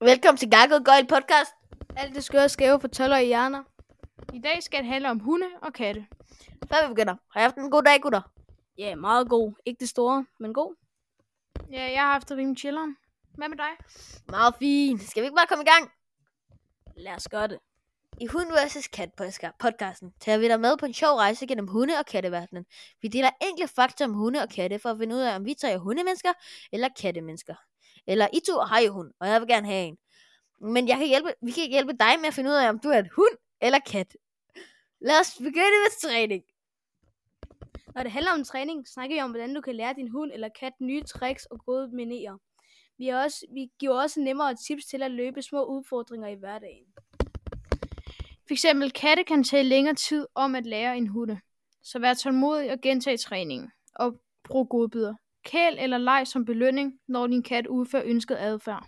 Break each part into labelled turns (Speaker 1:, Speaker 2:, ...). Speaker 1: Velkommen til Gakket Gøjl Podcast.
Speaker 2: Alt det skøre og skæve for toller i hjerner. I dag skal det handle om hunde og katte.
Speaker 1: Før vi begynder, har jeg haft en god dag, gutter?
Speaker 3: Ja, meget god. Ikke det store, men god.
Speaker 2: Ja, jeg har haft det rimelig chilleren. Hvad med dig?
Speaker 1: Meget fint. Skal vi ikke bare komme i gang?
Speaker 3: Lad os gøre det.
Speaker 1: I Hund vs. Kat podca- podcasten tager vi dig med på en sjov rejse gennem hunde- og katteverdenen. Vi deler enkle fakta om hunde og katte for at finde ud af, om vi tager hundemennesker eller kattemennesker. Eller I to har jo hund, og jeg vil gerne have en. Men jeg kan hjælpe, vi kan ikke hjælpe dig med at finde ud af, om du er et hund eller kat. Lad os begynde med træning.
Speaker 3: Når det handler om træning, snakker vi om, hvordan du kan lære din hund eller kat nye tricks og gode manerer. Vi, er også, vi giver også nemmere tips til at løbe små udfordringer i hverdagen.
Speaker 2: For eksempel katte kan tage længere tid om at lære en hunde. Så vær tålmodig og gentag træningen. Og brug godbidder. Kæl eller leg som belønning, når din kat udfører ønsket adfærd.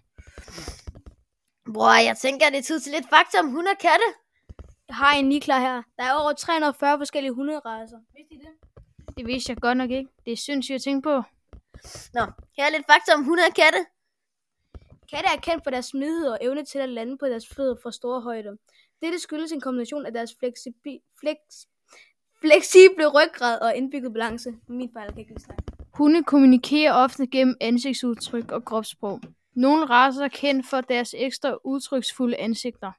Speaker 1: Bror, jeg tænker, det er tid til lidt fakta om hunde og katte.
Speaker 3: Jeg har en lige klar her. Der er over 340 forskellige hunderaser. Vidste I det?
Speaker 2: Det vidste jeg godt nok ikke. Det er sindssygt at tænke på.
Speaker 1: Nå, her er lidt fakta om hunde og katte.
Speaker 3: Katte er kendt for deres smidighed og evne til at lande på deres fødder fra store højder. Dette skyldes en kombination af deres fleksibi, fleks, fleksible ryggrad og indbygget balance. Min fejl jeg kan ikke lide streg.
Speaker 2: Hunde kommunikerer ofte gennem ansigtsudtryk og kropssprog. Nogle raser er kendt for deres ekstra udtryksfulde ansigter.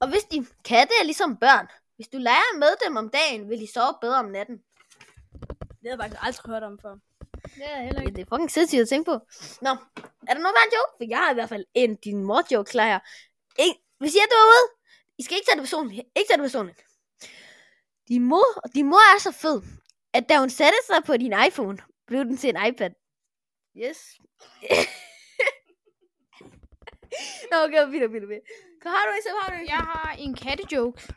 Speaker 1: Og hvis de katte er ligesom børn, hvis du leger med dem om dagen, vil de sove bedre om natten.
Speaker 3: Det havde jeg faktisk aldrig hørt om før.
Speaker 2: Det er heller
Speaker 1: Ja, det er fucking sindssygt at tænke på. Nå, er der nogen, der har en joke? For jeg har i hvert fald en din mor joke klar her. Ikke, hvis jeg er derude, I skal ikke tage det personligt. Ikke tage det personligt. Din mor, din mor er så fed, at da hun satte sig på din iPhone, blev den til en iPad. Yes. Nå, okay, videre, videre, videre. Kom, har du en, så har du en.
Speaker 2: Jeg har en kattejoke.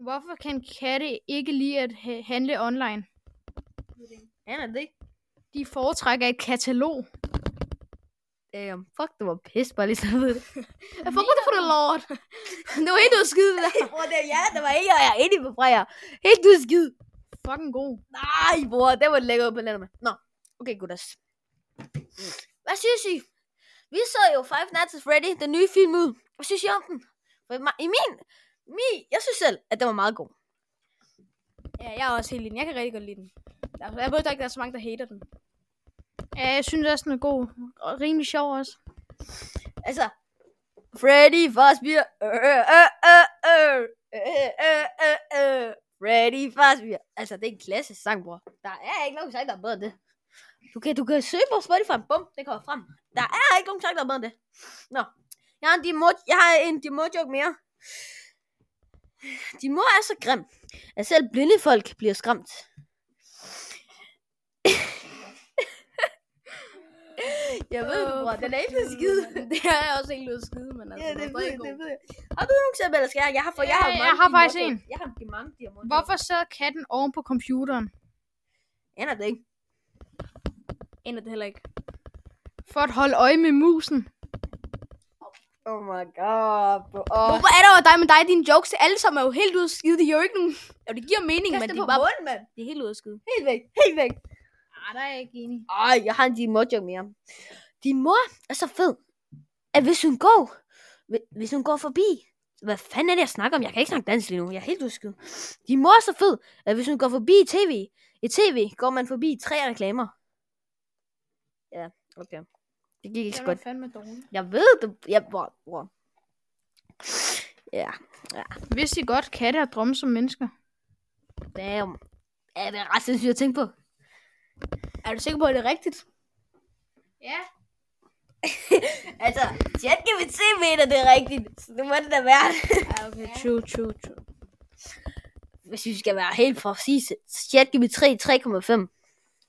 Speaker 2: Hvorfor kan katte ikke lide at ha- handle online?
Speaker 1: Han er det ikke.
Speaker 2: De foretrækker et katalog.
Speaker 1: Damn, fuck, det var pis, bare lige så jeg ved det.
Speaker 2: Jeg får det for det lort.
Speaker 3: Det var helt noget skide, det der.
Speaker 1: Bror, det er jer, der var ikke, og jeg er enig med Freja. Helt du skid.
Speaker 2: Fucking god.
Speaker 1: Nej, bror, det var lækker på landet med. Nå, okay, gutters. Hvad synes I? Vi så jo Five Nights at Freddy, den nye film ud. Hvad synes I om den? For i mig- I min, min, jeg synes selv, at den var meget god.
Speaker 3: Ja, jeg er også helt lille. Jeg kan rigtig godt lide den. Der er- Jeg ved dog ikke, der er så mange, der hater den.
Speaker 2: Ja, jeg synes også, den er god. Og rimelig sjov også.
Speaker 1: Altså, Freddy Fosbier. Øh, øh, øh, øh, øh, øh, øh, øh, øh. Freddy Fosbier. Altså, det er en klasse sang, bror. Der er ikke nogen sang, der er bedre end det. Du kan, du kan søge på Spotify. Bum, det kommer frem. Der er ikke nogen sang, der er bedre end det. Nå. Jeg har en Dimod, jeg har en Dimod-joke mere. Din mor er så grim, at selv blinde folk bliver skræmt. jeg ved det, bror. Den er ikke så skide.
Speaker 3: Det er også helt noget skide, men altså,
Speaker 1: Ja, det
Speaker 3: er
Speaker 1: ved
Speaker 3: stadig
Speaker 1: jeg,
Speaker 3: god.
Speaker 1: det ved jeg. Har du nogen eksempler, eller skal jeg? Jeg har, for, jeg har,
Speaker 2: Ja,
Speaker 1: mange
Speaker 2: jeg har faktisk
Speaker 1: diamanter.
Speaker 2: en.
Speaker 1: Jeg har mange diamanter.
Speaker 2: Hvorfor sad katten oven på computeren?
Speaker 1: Aner det ikke.
Speaker 3: Ender det heller ikke.
Speaker 2: For at holde øje med musen.
Speaker 1: Oh my god, bro. Oh.
Speaker 3: Hvorfor er der over dig med dig? Dine jokes til alle sammen er jo helt ude af skide. De er jo ikke nogen... Jo, det giver mening,
Speaker 1: Kast
Speaker 3: men
Speaker 1: det
Speaker 3: de
Speaker 1: på
Speaker 3: er bare...
Speaker 1: bunden, mand.
Speaker 3: Det er helt ude af skide.
Speaker 1: Helt væk, helt væk.
Speaker 2: Nej, der er jeg ikke enig.
Speaker 1: Ej, jeg har en din mor joke mere. Din mor er så fed, at hvis hun går, hvi- hvis hun går forbi, hvad fanden er det, jeg snakker om? Jeg kan ikke snakke dansk lige nu. Jeg er helt usket. Din mor er så fed, at hvis hun går forbi i tv, i tv går man forbi tre reklamer. Ja, okay. Det gik ikke så
Speaker 2: Den
Speaker 1: godt.
Speaker 2: var fandme dårlig.
Speaker 1: Jeg ved det. Jeg, bror, bror. Ja,
Speaker 2: Vidste I godt, katte har drømme som mennesker?
Speaker 1: damn. Ja, det er ret sindssygt at tænke på.
Speaker 3: Er du sikker på, at det er rigtigt?
Speaker 2: Ja.
Speaker 1: Altså, chat kan vi se, mener det er rigtigt. Så det må det da være.
Speaker 3: Ja, okay. True, true, true.
Speaker 1: Hvis vi skal være helt præcise. Chat kan vi 3, 3,5.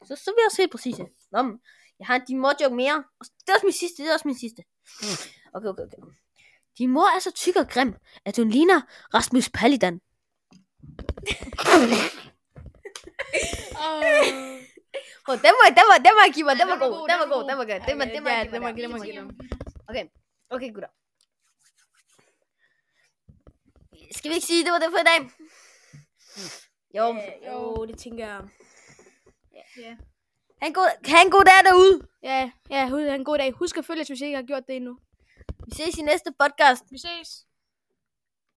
Speaker 1: Så, så er vi også helt præcise. Nå, men jeg har en din mor joke mere. Og Det er også min sidste, det er også min sidste. Okay, okay, okay. Din mor er så tyk og grim, at hun ligner Rasmus Paludan.
Speaker 2: Oh.
Speaker 1: Prøv, den må, den må, den må jeg give mig.
Speaker 2: Ja,
Speaker 1: Den var
Speaker 2: den var
Speaker 1: god,
Speaker 2: god,
Speaker 1: den
Speaker 2: den
Speaker 1: var
Speaker 2: var
Speaker 1: god,
Speaker 2: god.
Speaker 1: den var god. Den må,
Speaker 3: Ja,
Speaker 1: den må jeg
Speaker 3: ja,
Speaker 1: give
Speaker 3: den
Speaker 1: mig
Speaker 3: må-
Speaker 1: der.
Speaker 3: den må jeg give
Speaker 1: Okay, okay gutter. Skal vi ikke sige, det var det for i dag? Jo,
Speaker 3: Øh, Jo, det tænker jeg.
Speaker 1: ha' en god, ha' en god dag derude.
Speaker 3: Ja, ja, hu- ha' en god dag. Husk at følge os, hvis I ikke har gjort det endnu.
Speaker 4: Vi ses i næste podcast.
Speaker 1: Vi ses.